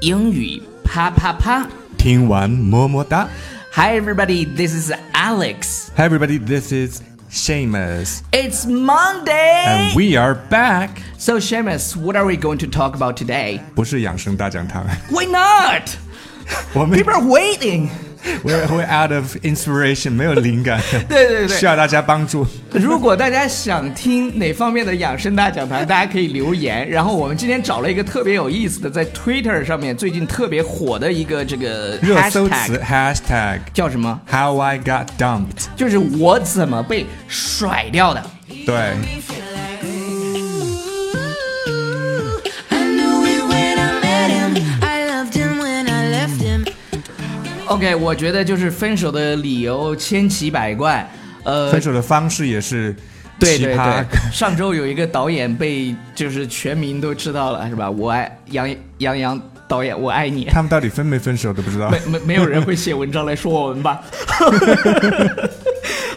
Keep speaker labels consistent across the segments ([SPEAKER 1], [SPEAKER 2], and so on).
[SPEAKER 1] 英语啪啪啪。
[SPEAKER 2] 听完么么哒。
[SPEAKER 1] Hi everybody, this is Alex.
[SPEAKER 2] Hi everybody, this is Seamus,
[SPEAKER 1] It's Monday.
[SPEAKER 2] and we are back.
[SPEAKER 1] so Seamus, what are we going to talk about today?
[SPEAKER 2] 不是养生大讲 堂，
[SPEAKER 1] Why not?
[SPEAKER 2] 我们
[SPEAKER 1] People are waiting.
[SPEAKER 2] we're we're out of inspiration，没有灵感，
[SPEAKER 1] 对对对
[SPEAKER 2] 需要大家帮助。
[SPEAKER 1] 如果大家想听哪方面的养生大讲堂，大家可以留言。然后我们今天找了一个特别有意思的，在 Twitter 上面最近特别火的一个这个
[SPEAKER 2] 热搜
[SPEAKER 1] hashtag
[SPEAKER 2] 词 hashtag
[SPEAKER 1] 叫什么？
[SPEAKER 2] How I Got Dumped，
[SPEAKER 1] 就是我怎么被甩掉的。
[SPEAKER 2] 对，
[SPEAKER 3] I knew it when I met him. I loved him when I left him.
[SPEAKER 1] OK，我觉得就是分手的理由千奇百怪，呃，
[SPEAKER 2] 分手的方式也是
[SPEAKER 1] 对
[SPEAKER 2] 奇
[SPEAKER 1] 对
[SPEAKER 2] 葩
[SPEAKER 1] 对。，上周有一个导演被就是全民都知道了，是吧？我爱杨杨洋导演，我爱 你。
[SPEAKER 2] 他们到底分没分手都不知道
[SPEAKER 1] 没。没没有人会写文章来说我们吧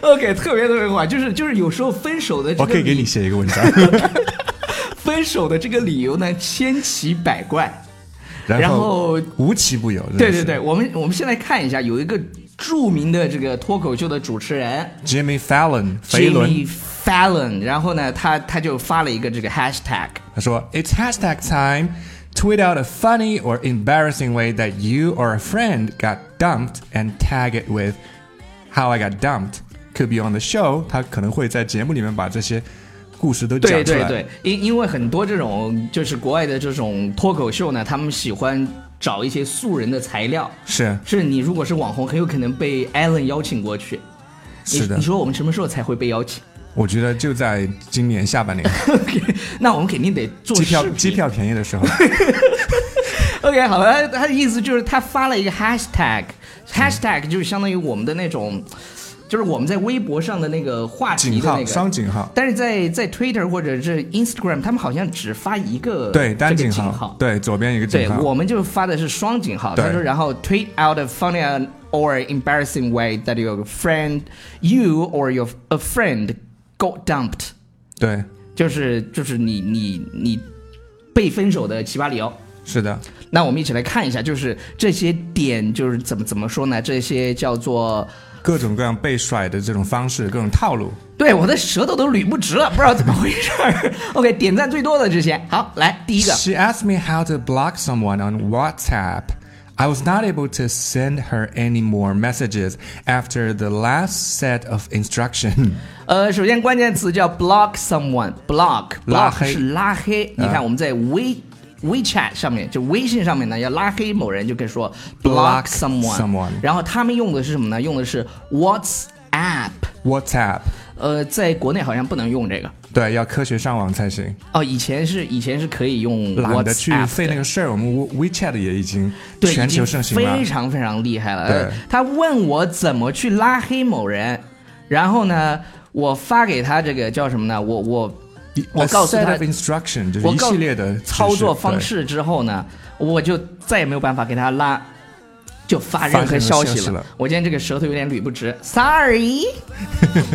[SPEAKER 1] ？OK，特别特别快，就是就是有时候分手的这
[SPEAKER 2] 我
[SPEAKER 1] 个
[SPEAKER 2] 哦可以给你
[SPEAKER 1] 理
[SPEAKER 2] 写一个文章，
[SPEAKER 1] 分手的这个理由呢千奇百怪，
[SPEAKER 2] 然
[SPEAKER 1] 后
[SPEAKER 2] 无奇不有。
[SPEAKER 1] 对对对，我们我们先来看一下，有一个著名的这个脱口秀的主持人
[SPEAKER 2] ，Jimmy Fallon 肥伦
[SPEAKER 1] Jimmy Fallon，然后呢，他他就发了一个这个 hashtag，
[SPEAKER 2] 他说：“It's hashtag time. Tweet out a funny or embarrassing way that you or a friend got dumped and tag it with how I got dumped. Could be on the show.” 他可能会在节目里面把这些故事都
[SPEAKER 1] 对
[SPEAKER 2] 讲出
[SPEAKER 1] 对
[SPEAKER 2] 来。
[SPEAKER 1] 对，因因为很多这种就是国外的这种脱口秀呢，他们喜欢找一些素人的材料。
[SPEAKER 2] 是
[SPEAKER 1] 是你如果是网红，很有可能被 Allen 邀请过去。你
[SPEAKER 2] 是的
[SPEAKER 1] 你，说我们什么时候才会被邀请
[SPEAKER 2] 我觉得就在今年下半年，
[SPEAKER 1] ？OK，那我们肯定得做
[SPEAKER 2] 机票
[SPEAKER 1] 视频
[SPEAKER 2] 机。票便宜的 时候，
[SPEAKER 1] OK，好了，他他的意思就是他发了一个 hashtag，hashtag 就是相当于我们的那种，就是我们在微博上的那个话题
[SPEAKER 2] 井
[SPEAKER 1] 的那
[SPEAKER 2] 号双
[SPEAKER 1] 个。
[SPEAKER 2] 井号，
[SPEAKER 1] 但是在在 Twitter 或者是 Instagram，他们好像只发一个
[SPEAKER 2] 对单
[SPEAKER 1] 这
[SPEAKER 2] 井
[SPEAKER 1] 个井
[SPEAKER 2] 号，对左边一个
[SPEAKER 1] 对
[SPEAKER 2] 井，号
[SPEAKER 1] 我。们就发的是双井号。
[SPEAKER 2] 对
[SPEAKER 1] 他说，然后 tweet out a funny and- or embarrassing way that your friend, you or your a friend got dumped，
[SPEAKER 2] 对，
[SPEAKER 1] 就是就是你你你被分手的奇葩理由。
[SPEAKER 2] 是的，
[SPEAKER 1] 那我们一起来看一下，就是这些点，就是怎么怎么说呢？这些叫做，
[SPEAKER 2] 各种各样被甩的这种方式，各种套路。
[SPEAKER 1] 对我的舌头都捋不直了，不知道怎么回事儿。OK，点 赞最多的这些，好，来第一个，
[SPEAKER 2] She asked me how to block someone on WhatsApp. I was not able to send her any more messages after the last set of instruction.
[SPEAKER 1] 呃，首先关键词叫 block someone，block block
[SPEAKER 2] 拉黑
[SPEAKER 1] 是拉黑。你看
[SPEAKER 2] 啊
[SPEAKER 1] 我们在微 WeChat 上面，就微信上面呢，要拉黑某人就可以说 block
[SPEAKER 2] Block
[SPEAKER 1] someone。
[SPEAKER 2] someone
[SPEAKER 1] 然后他们用的是什么呢？用的是 WhatsApp。
[SPEAKER 2] WhatsApp，
[SPEAKER 1] 呃，在国内好像不能用这个。
[SPEAKER 2] 对，要科学上网才行。
[SPEAKER 1] 哦，以前是以前是可以用
[SPEAKER 2] 懒得去
[SPEAKER 1] WhatsApp
[SPEAKER 2] 费那
[SPEAKER 1] 的
[SPEAKER 2] 个事儿，我们 We WeChat 也已经
[SPEAKER 1] 对，
[SPEAKER 2] 全
[SPEAKER 1] 已经
[SPEAKER 2] 球盛行
[SPEAKER 1] 非
[SPEAKER 2] 了。
[SPEAKER 1] 常非常厉害了。
[SPEAKER 2] 对
[SPEAKER 1] 呃他问我怎么去拉黑某人，然后呢，我发给他这个叫什么呢？我我我
[SPEAKER 2] A
[SPEAKER 1] 告诉
[SPEAKER 2] set
[SPEAKER 1] 他
[SPEAKER 2] of instruction 就是
[SPEAKER 1] 我
[SPEAKER 2] 一
[SPEAKER 1] 告
[SPEAKER 2] 系列的指示
[SPEAKER 1] 操作方。式之后呢，我就再也没有办法给他拉，就发任何消
[SPEAKER 2] 发任何消
[SPEAKER 1] 息
[SPEAKER 2] 息
[SPEAKER 1] 了。
[SPEAKER 2] 了
[SPEAKER 1] 我今天这个舌头有点捋不直，sorry。
[SPEAKER 4] He took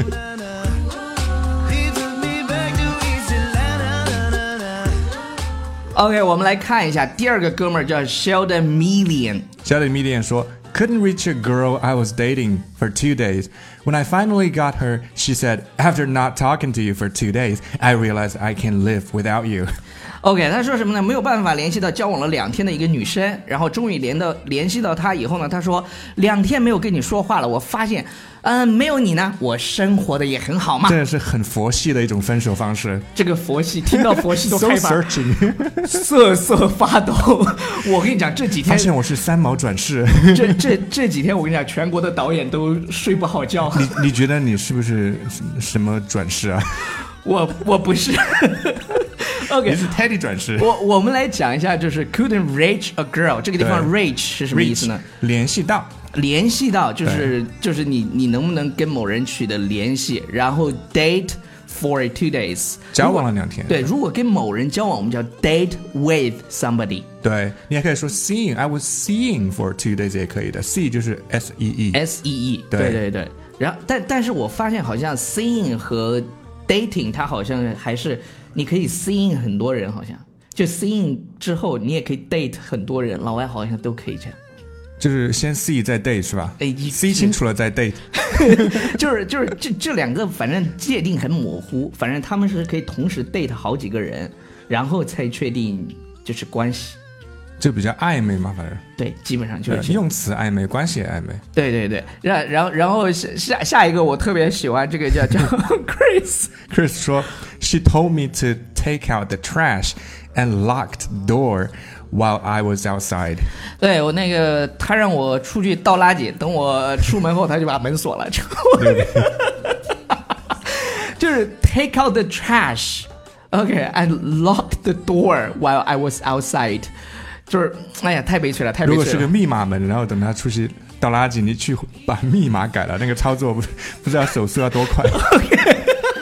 [SPEAKER 4] me back to East Atlanta. na, na, na.
[SPEAKER 1] OK，我们来看一下第二个哥们儿叫 Sheldon Million。
[SPEAKER 2] 小李 Median 说，Couldn't reach a girl I was dating for two days. When I finally got her, she said, After not talking to you for two days, I realized I can live without you.
[SPEAKER 1] OK，他说什么呢？没有办法联系到交往了两天的一个女生，然后终于连到联系到她以后呢，他说两天没有跟你说话了，我发现，嗯、没有你呢，我生活的也很好嘛
[SPEAKER 2] 真。的是很佛系的一种分手方式。
[SPEAKER 1] 这个佛系听到佛 系都
[SPEAKER 2] so
[SPEAKER 1] 害怕，
[SPEAKER 2] searching，
[SPEAKER 1] 瑟瑟发抖。我跟你讲，这几
[SPEAKER 2] 发
[SPEAKER 1] 天
[SPEAKER 2] 现我是三毛转世。
[SPEAKER 1] 这这这几天我跟你讲，全国的导演都睡不好 觉。
[SPEAKER 2] 你你觉得你是不是什么转 世啊？
[SPEAKER 1] 我我不是。
[SPEAKER 2] 你
[SPEAKER 1] OK，
[SPEAKER 2] 是 Teddy 转世。
[SPEAKER 1] 我我们来讲一下，就是 couldn't reach a girl 这个地方 reach 是什么意思呢？
[SPEAKER 2] Reach，联系到
[SPEAKER 1] 联系到，就是就是你你能不能跟某人取得联系，然后 date for two days
[SPEAKER 2] 交往了两天。
[SPEAKER 1] 对，如果跟某人交往，我们叫 date with somebody。
[SPEAKER 2] 对，你也可以说 seeing，I was seeing for two days 也可以的。see 就是 s e e。
[SPEAKER 1] S E E，
[SPEAKER 2] 对
[SPEAKER 1] 对对对。然后，但但是我发现好像 seeing 和 dating，它好像还是你可以 seeing 很多人，好像就 seeing 之后，你也可以 date 很多人，老外好像都可以这样。
[SPEAKER 2] 就是先 see 再 date 是吧
[SPEAKER 1] 哎一
[SPEAKER 2] ？see 清楚了再 date。
[SPEAKER 1] 就是就是这这两个反正界定很模糊，反正他们是可以同时 date 好几个人，然后才确定就是关系。
[SPEAKER 2] 就比较暧昧嘛，反正
[SPEAKER 1] 对，基本上就是
[SPEAKER 2] 呃
[SPEAKER 1] 这样。
[SPEAKER 2] 用词暧昧，关系也暧昧。
[SPEAKER 1] 对对对，然然后然后下下下一个我特别喜欢这个叫 叫 Chris，
[SPEAKER 2] Chris 说，She told me to take out the trash and locked door while I was outside。
[SPEAKER 1] 对我那个他让我出去倒垃圾，等我出门后他就把门锁了，之后 就是 take out the trash。OK，and lock the door while I was outside，就是哎呀，太悲催了，太悲
[SPEAKER 2] 如
[SPEAKER 1] 催
[SPEAKER 2] 果
[SPEAKER 1] 了。
[SPEAKER 2] 是个密码门，然后等他出去倒垃圾，你去把密码改了，那个操作不不知道手速要多快。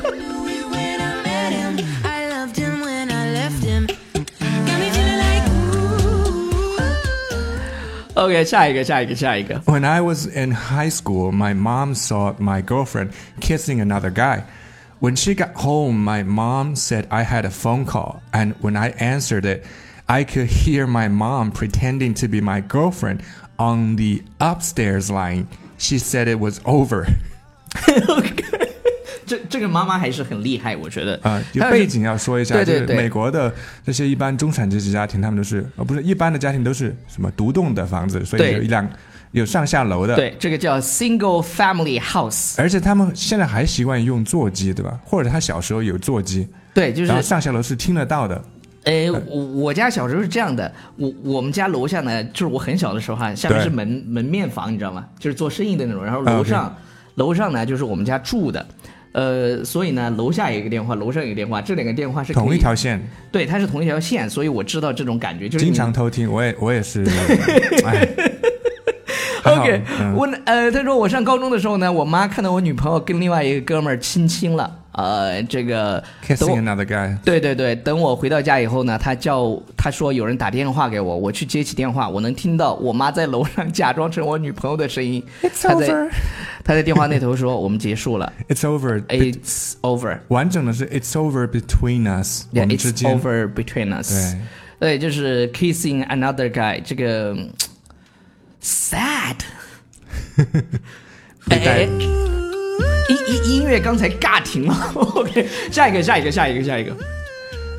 [SPEAKER 3] when I met him. I loved him when I left him. Got me feeling like ooh.
[SPEAKER 1] OK，下一个，下一个，下一个。
[SPEAKER 2] When I was in high school, my mom saw my girlfriend kissing another guy. When she got home, my mom said I had a phone call, and when I answered it, I could hear my mom pretending to be my girlfriend on the upstairs line. She said it was over.
[SPEAKER 1] OK，这这个妈妈还是很厉害，我觉得。
[SPEAKER 2] 啊，Uh, 就
[SPEAKER 1] 她是
[SPEAKER 2] 背景要说一下，
[SPEAKER 1] 对
[SPEAKER 2] 就
[SPEAKER 1] 对
[SPEAKER 2] 是
[SPEAKER 1] 对
[SPEAKER 2] 美国的这些一般中产阶级家庭，他们都是呃不是一般的家庭都是什么独栋的房子，所以
[SPEAKER 1] 对
[SPEAKER 2] 有一辆有上下楼的。
[SPEAKER 1] 对，这个叫 single family house。
[SPEAKER 2] 而且他们现在还习惯用座机，对吧？或者他小时候有座机，
[SPEAKER 1] 对，就是
[SPEAKER 2] 然后上下楼是听得到的。
[SPEAKER 1] 呃，我我家小时候是这样的，我我们家楼下呢，就是我很小的时候哈，啊下面
[SPEAKER 2] 对啊
[SPEAKER 1] 是门门面房，你知道吗？就是做生意的那种。然后楼上、楼上呢就是我们家住的，呃，所以呢楼下有一个电话，楼上有一个电话，这两个电话是可以
[SPEAKER 2] 同一条，线，
[SPEAKER 1] 对，它是同一条线，所以我知道这种感觉，就是
[SPEAKER 2] 经
[SPEAKER 1] 你
[SPEAKER 2] 常偷听，我也我 也是，哎，还好
[SPEAKER 1] OK，、
[SPEAKER 2] 嗯
[SPEAKER 1] 我呃，他说我上高中的时候呢，我妈看到我女朋友跟另外一个哥们儿亲亲了，呃，这个等我
[SPEAKER 2] ，kissing another guy，
[SPEAKER 1] 对对对，等我回到家以后呢，他叫他说有人打电话给我，我去接起电话，我能听到我妈在楼上假装成我女朋友的声音，她在
[SPEAKER 2] over
[SPEAKER 1] 她在电话那头说我们结 束了
[SPEAKER 2] it's over，be-
[SPEAKER 1] ，It's over，
[SPEAKER 2] 完整的是 it's over between us，我
[SPEAKER 1] yeah,
[SPEAKER 2] 们
[SPEAKER 1] it's
[SPEAKER 2] 之间，
[SPEAKER 1] over between us，对，
[SPEAKER 2] 对，
[SPEAKER 1] 就是 kissing another guy 这个嗯 sad。
[SPEAKER 2] 会带
[SPEAKER 1] 哎音音音乐刚才尬停了。OK，下一个，下一个，下一个，下一个。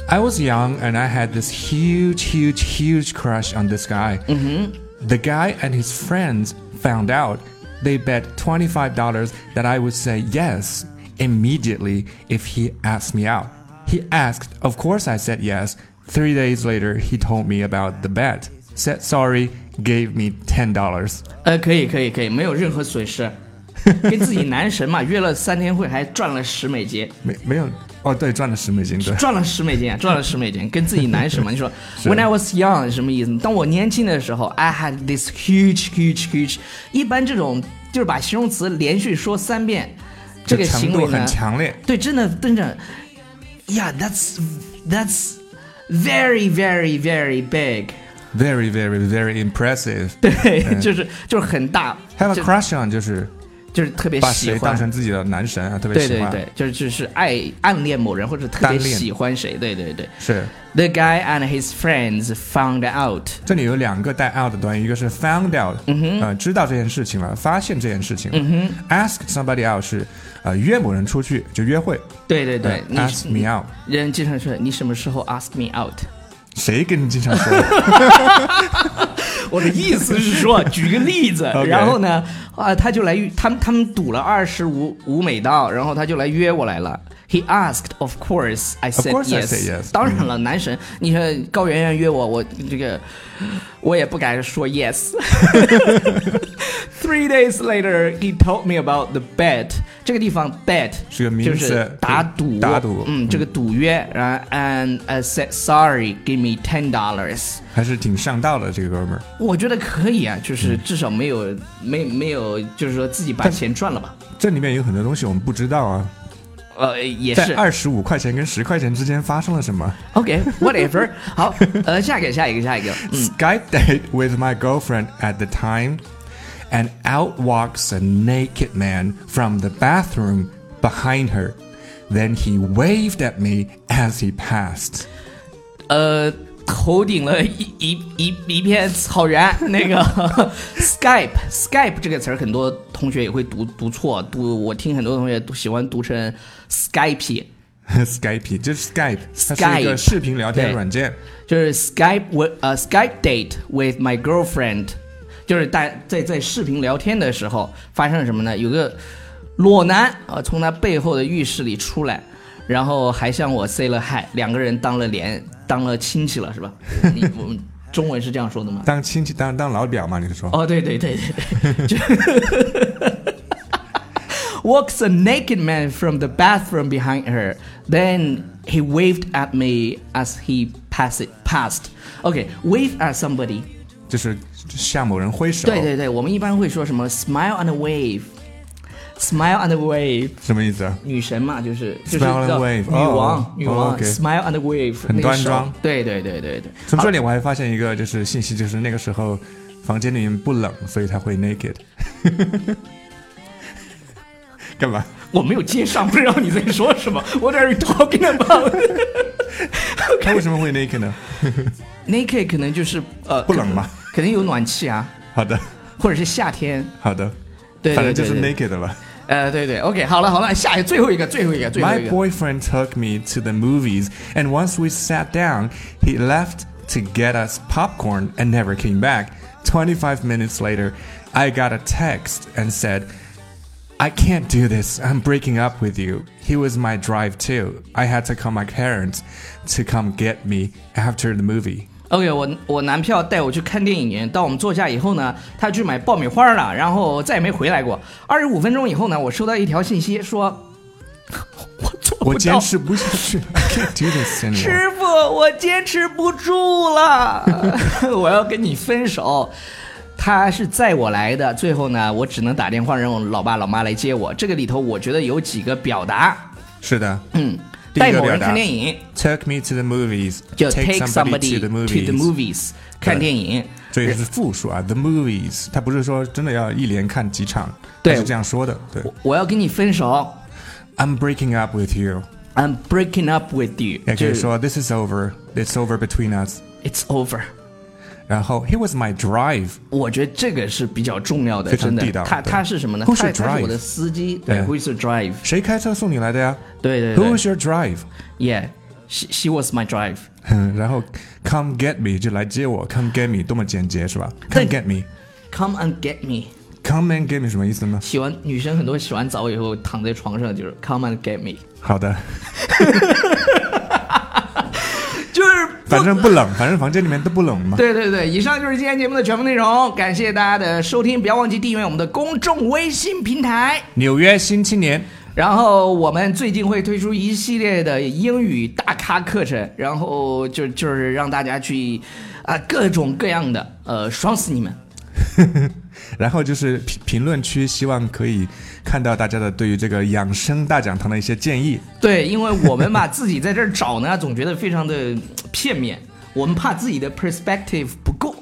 [SPEAKER 2] I was young and I had this huge, huge, huge crush on this guy. Mm-hmm. The guy and his friends found out. They bet $25 that I would say yes immediately if he asked me out. He asked, of course I said yes. Three days later, he told me about the bet, said sorry, gave me $10.
[SPEAKER 1] 呃，可以，可以，可以，没有任何损 失。跟自己男神嘛，约了三天会，还赚了十美金，
[SPEAKER 2] 没-没有-哦，对，赚了10美金，对。
[SPEAKER 1] 赚了十美金啊，赚了十美金。跟自己男神嘛， 你说 When I was young 什么意思？当我年轻的时候，I had this huge, huge, huge。一般这种就是把形容词连续说三遍，这个
[SPEAKER 2] 就强
[SPEAKER 1] 行
[SPEAKER 2] 度
[SPEAKER 1] 为呢，
[SPEAKER 2] 很强烈。
[SPEAKER 1] 对，真的，真的，Yeah, that's that's very, very, very big。
[SPEAKER 2] Very, very, very impressive.
[SPEAKER 1] 对， 就是就是很大，
[SPEAKER 2] Have a
[SPEAKER 1] 就
[SPEAKER 2] crush on 就是
[SPEAKER 1] 就是特别
[SPEAKER 2] 把
[SPEAKER 1] 喜
[SPEAKER 2] 谁
[SPEAKER 1] 欢
[SPEAKER 2] 当。成自己的男神啊，特别
[SPEAKER 1] 对
[SPEAKER 2] 喜
[SPEAKER 1] 对
[SPEAKER 2] 欢。
[SPEAKER 1] 对，就是就是爱暗恋某人或者特
[SPEAKER 2] 单
[SPEAKER 1] 别
[SPEAKER 2] 恋
[SPEAKER 1] 喜欢谁，对对对。
[SPEAKER 2] 是
[SPEAKER 1] The guy and his friends found out，
[SPEAKER 2] 这里有两个带 out 的短语，一个是 found out，、嗯、呃，知道这件事情了，发现这件事情了。嗯、ask somebody out 是呃约某人出去就约会。
[SPEAKER 1] 对对对，
[SPEAKER 2] 呃 ask me out，
[SPEAKER 1] 你人经常说你什么时候 ask me out？
[SPEAKER 2] 谁跟你经 常说？
[SPEAKER 1] 我的意思是说，举个例子
[SPEAKER 2] OK
[SPEAKER 1] 然后呢，啊，他就来，他们他们赌了二十五五美刀，然后他就来约我来了。He asked, of course, I said
[SPEAKER 2] course I
[SPEAKER 1] yes.
[SPEAKER 2] said yes. 嗯
[SPEAKER 1] 当然了，男神，你说高圆圆约我，我这个我也不敢说 yes。Three days later, he told me about the bet. 这个地方 bet
[SPEAKER 2] 是个名词
[SPEAKER 1] 就是打赌，
[SPEAKER 2] 打赌
[SPEAKER 1] 嗯，这个赌约。然后 and I said sorry, give me ten dollars.
[SPEAKER 2] 还是挺上道的这个哥们儿。
[SPEAKER 1] 我觉得可以啊，
[SPEAKER 2] 嗯
[SPEAKER 1] 就是至少没有、没没有，就是说自己把钱赚了吧。
[SPEAKER 2] 这里面有很多东西我们不知道啊，
[SPEAKER 1] 呃，也
[SPEAKER 2] 在
[SPEAKER 1] 是。
[SPEAKER 2] 二十五块钱跟十块钱之间发生了什么、
[SPEAKER 1] OK，whatever、好，呃，下一个，下一个，下一个。嗯
[SPEAKER 2] s k y p e date with my girlfriend at the time, and out walks a naked man from the bathroom behind her. Then he waved at me as he passed.
[SPEAKER 1] 呃，头顶了一一一一片草原。那个 Skype Skype 这个词儿，很多同学也会读读错，读我听很多同学都喜欢读成 Skype，
[SPEAKER 2] Skype 就是 Skype，它是一
[SPEAKER 1] Skype，
[SPEAKER 2] 个视频聊天
[SPEAKER 1] 对
[SPEAKER 2] 软件。
[SPEAKER 1] 就是 Skype with 呃 Skype date with my girlfriend，就是大在在视频聊天的时候发生了什么呢？有个裸男啊、呃从他背后的浴室里出来，然后还向我 say 了 hi，两个人当了连当了亲戚了是吧？ 你我们中文是这样说的吗？
[SPEAKER 2] 当亲戚当当老表嘛，你是说？
[SPEAKER 1] 哦，对对对对对。就 Walks a naked man from the bathroom behind her. Then he waved at me as he passed. Passed. OK, wave at somebody.
[SPEAKER 2] 就是向某人挥手，
[SPEAKER 1] 对对对，我们一般会说什么 smile and wave, smile and wave.
[SPEAKER 2] 什么意思啊？
[SPEAKER 1] 女神嘛，就是就是
[SPEAKER 2] Smile and
[SPEAKER 1] 叫
[SPEAKER 2] wave，
[SPEAKER 1] 女
[SPEAKER 2] 哦
[SPEAKER 1] 王、
[SPEAKER 2] 哦
[SPEAKER 1] 女王、
[SPEAKER 2] OK
[SPEAKER 1] smile and wave，
[SPEAKER 2] 很
[SPEAKER 1] 那个
[SPEAKER 2] 端
[SPEAKER 1] 手
[SPEAKER 2] 庄。
[SPEAKER 1] 对对对对对。
[SPEAKER 2] 从这里我还发现一个就是信息，就是那个时候房间里面不冷，所以他会 naked。干嘛？
[SPEAKER 1] 我没有接上，不知道你在说什么。What are you talking about?
[SPEAKER 2] 他为什么会 naked 呢？
[SPEAKER 1] naked 可能就是呃
[SPEAKER 2] 不冷吗？
[SPEAKER 1] 可能有暖气啊，
[SPEAKER 2] 好的，
[SPEAKER 1] 或者是夏天。
[SPEAKER 2] 好的，
[SPEAKER 1] 对，
[SPEAKER 2] 反正就是
[SPEAKER 1] 对对
[SPEAKER 2] naked 了。
[SPEAKER 1] 呃，对对，OK，好了好了，下一个最后一个，最后一个，最后
[SPEAKER 2] My
[SPEAKER 1] 一个。
[SPEAKER 2] boyfriend took me to the movies, and once we sat down, he left to get us popcorn and never came back. 25 minutes later, I got a text and said, I can't do this. I'm breaking up with you. He was my drive too. I had to call my parents to come get me after the movie.
[SPEAKER 1] OK，我我男票带我去看电影，到我们坐下以后呢，他去买爆米花了，然后再也没回来过。二十五分钟以后呢，我收到一条信息说， 我做不到，师
[SPEAKER 2] 我坚持不下去。I can't do this anymore.
[SPEAKER 1] 傅，我坚持不住 了， 我要跟你分手。他是载我来的，最后呢，我只能打电话让我老爸老妈来接我。这个里头，我觉得有几个表达，
[SPEAKER 2] 是的。
[SPEAKER 1] 嗯，
[SPEAKER 2] 第一
[SPEAKER 1] 带
[SPEAKER 2] 个
[SPEAKER 1] 某人
[SPEAKER 2] 表达
[SPEAKER 1] 看电影，
[SPEAKER 2] Took me to the movies.
[SPEAKER 1] 就
[SPEAKER 2] take somebody
[SPEAKER 1] to
[SPEAKER 2] to the
[SPEAKER 1] the movies
[SPEAKER 2] movies.
[SPEAKER 1] 看电影。
[SPEAKER 2] 所以是复数啊，the movies，它不是说真的要一连看几场，
[SPEAKER 1] 对
[SPEAKER 2] 它是这样说的。对
[SPEAKER 1] 我要跟你分手
[SPEAKER 2] ，I'm breaking up with you，
[SPEAKER 1] ，I'm breaking up with you，
[SPEAKER 2] 也可
[SPEAKER 1] 就
[SPEAKER 2] 以
[SPEAKER 1] 是
[SPEAKER 2] 说 this is over，it's over between us。
[SPEAKER 1] it's over。
[SPEAKER 2] 然后 he was my drive，
[SPEAKER 1] 我觉得这个是比较重要的，
[SPEAKER 2] 非常
[SPEAKER 1] 真的
[SPEAKER 2] 地道。
[SPEAKER 1] 他
[SPEAKER 2] 对
[SPEAKER 1] 他是什么呢？
[SPEAKER 2] Who's
[SPEAKER 1] 他
[SPEAKER 2] your
[SPEAKER 1] 他是
[SPEAKER 2] drive？
[SPEAKER 1] 我的司机，对
[SPEAKER 2] 对
[SPEAKER 1] ，Who's your drive？
[SPEAKER 2] 谁开车送你来的呀
[SPEAKER 1] 对对对
[SPEAKER 2] ？Who's your drive？
[SPEAKER 1] ，Yeah，she she was my drive。
[SPEAKER 2] 哼然后 come get me 就来接我，come get me 多么简洁是吧
[SPEAKER 1] 对
[SPEAKER 2] ？Come get
[SPEAKER 1] Come and get me。
[SPEAKER 2] me，come and get me 什么意思呢？
[SPEAKER 1] 洗完女生很多洗完澡以后躺在床上就是 Come and get me，
[SPEAKER 2] 好的，
[SPEAKER 1] 就是
[SPEAKER 2] 反正不冷，反正房间里面都不冷嘛。
[SPEAKER 1] 对对对，以上就是今天节目的全部内容，感谢大家的收听，不要忘记订阅我们的公众微信平台。
[SPEAKER 2] 纽约新青年，
[SPEAKER 1] 然后我们最近会推出一系列的英语大咖课程，然后就就是让大家去啊、各种各样的呃爽死你们！
[SPEAKER 2] 然后就是评评论区，希望可以看到大家的对于这个养生大讲堂的一些建议。
[SPEAKER 1] 对，因为我们吧自己在这儿找呢，总觉得非常的呃片面，我们怕自己的 perspective 不够。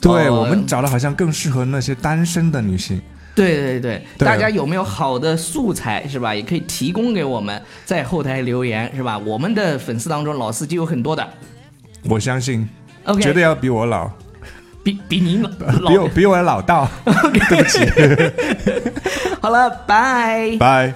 [SPEAKER 2] 对、
[SPEAKER 1] 呃
[SPEAKER 2] 我们找的好像更适合那些单身的女性。
[SPEAKER 1] 对对对，
[SPEAKER 2] 对
[SPEAKER 1] 大家有没有好的素材是吧？也可以提供给我们，在后台留言是吧？我们的粉丝当中老司机有很多的
[SPEAKER 2] 我相信
[SPEAKER 1] OK
[SPEAKER 2] 绝对要比我老，
[SPEAKER 1] 比比你老
[SPEAKER 2] 比我
[SPEAKER 1] 老。
[SPEAKER 2] 比我老道。对不起，
[SPEAKER 1] 好了，拜。
[SPEAKER 2] 拜。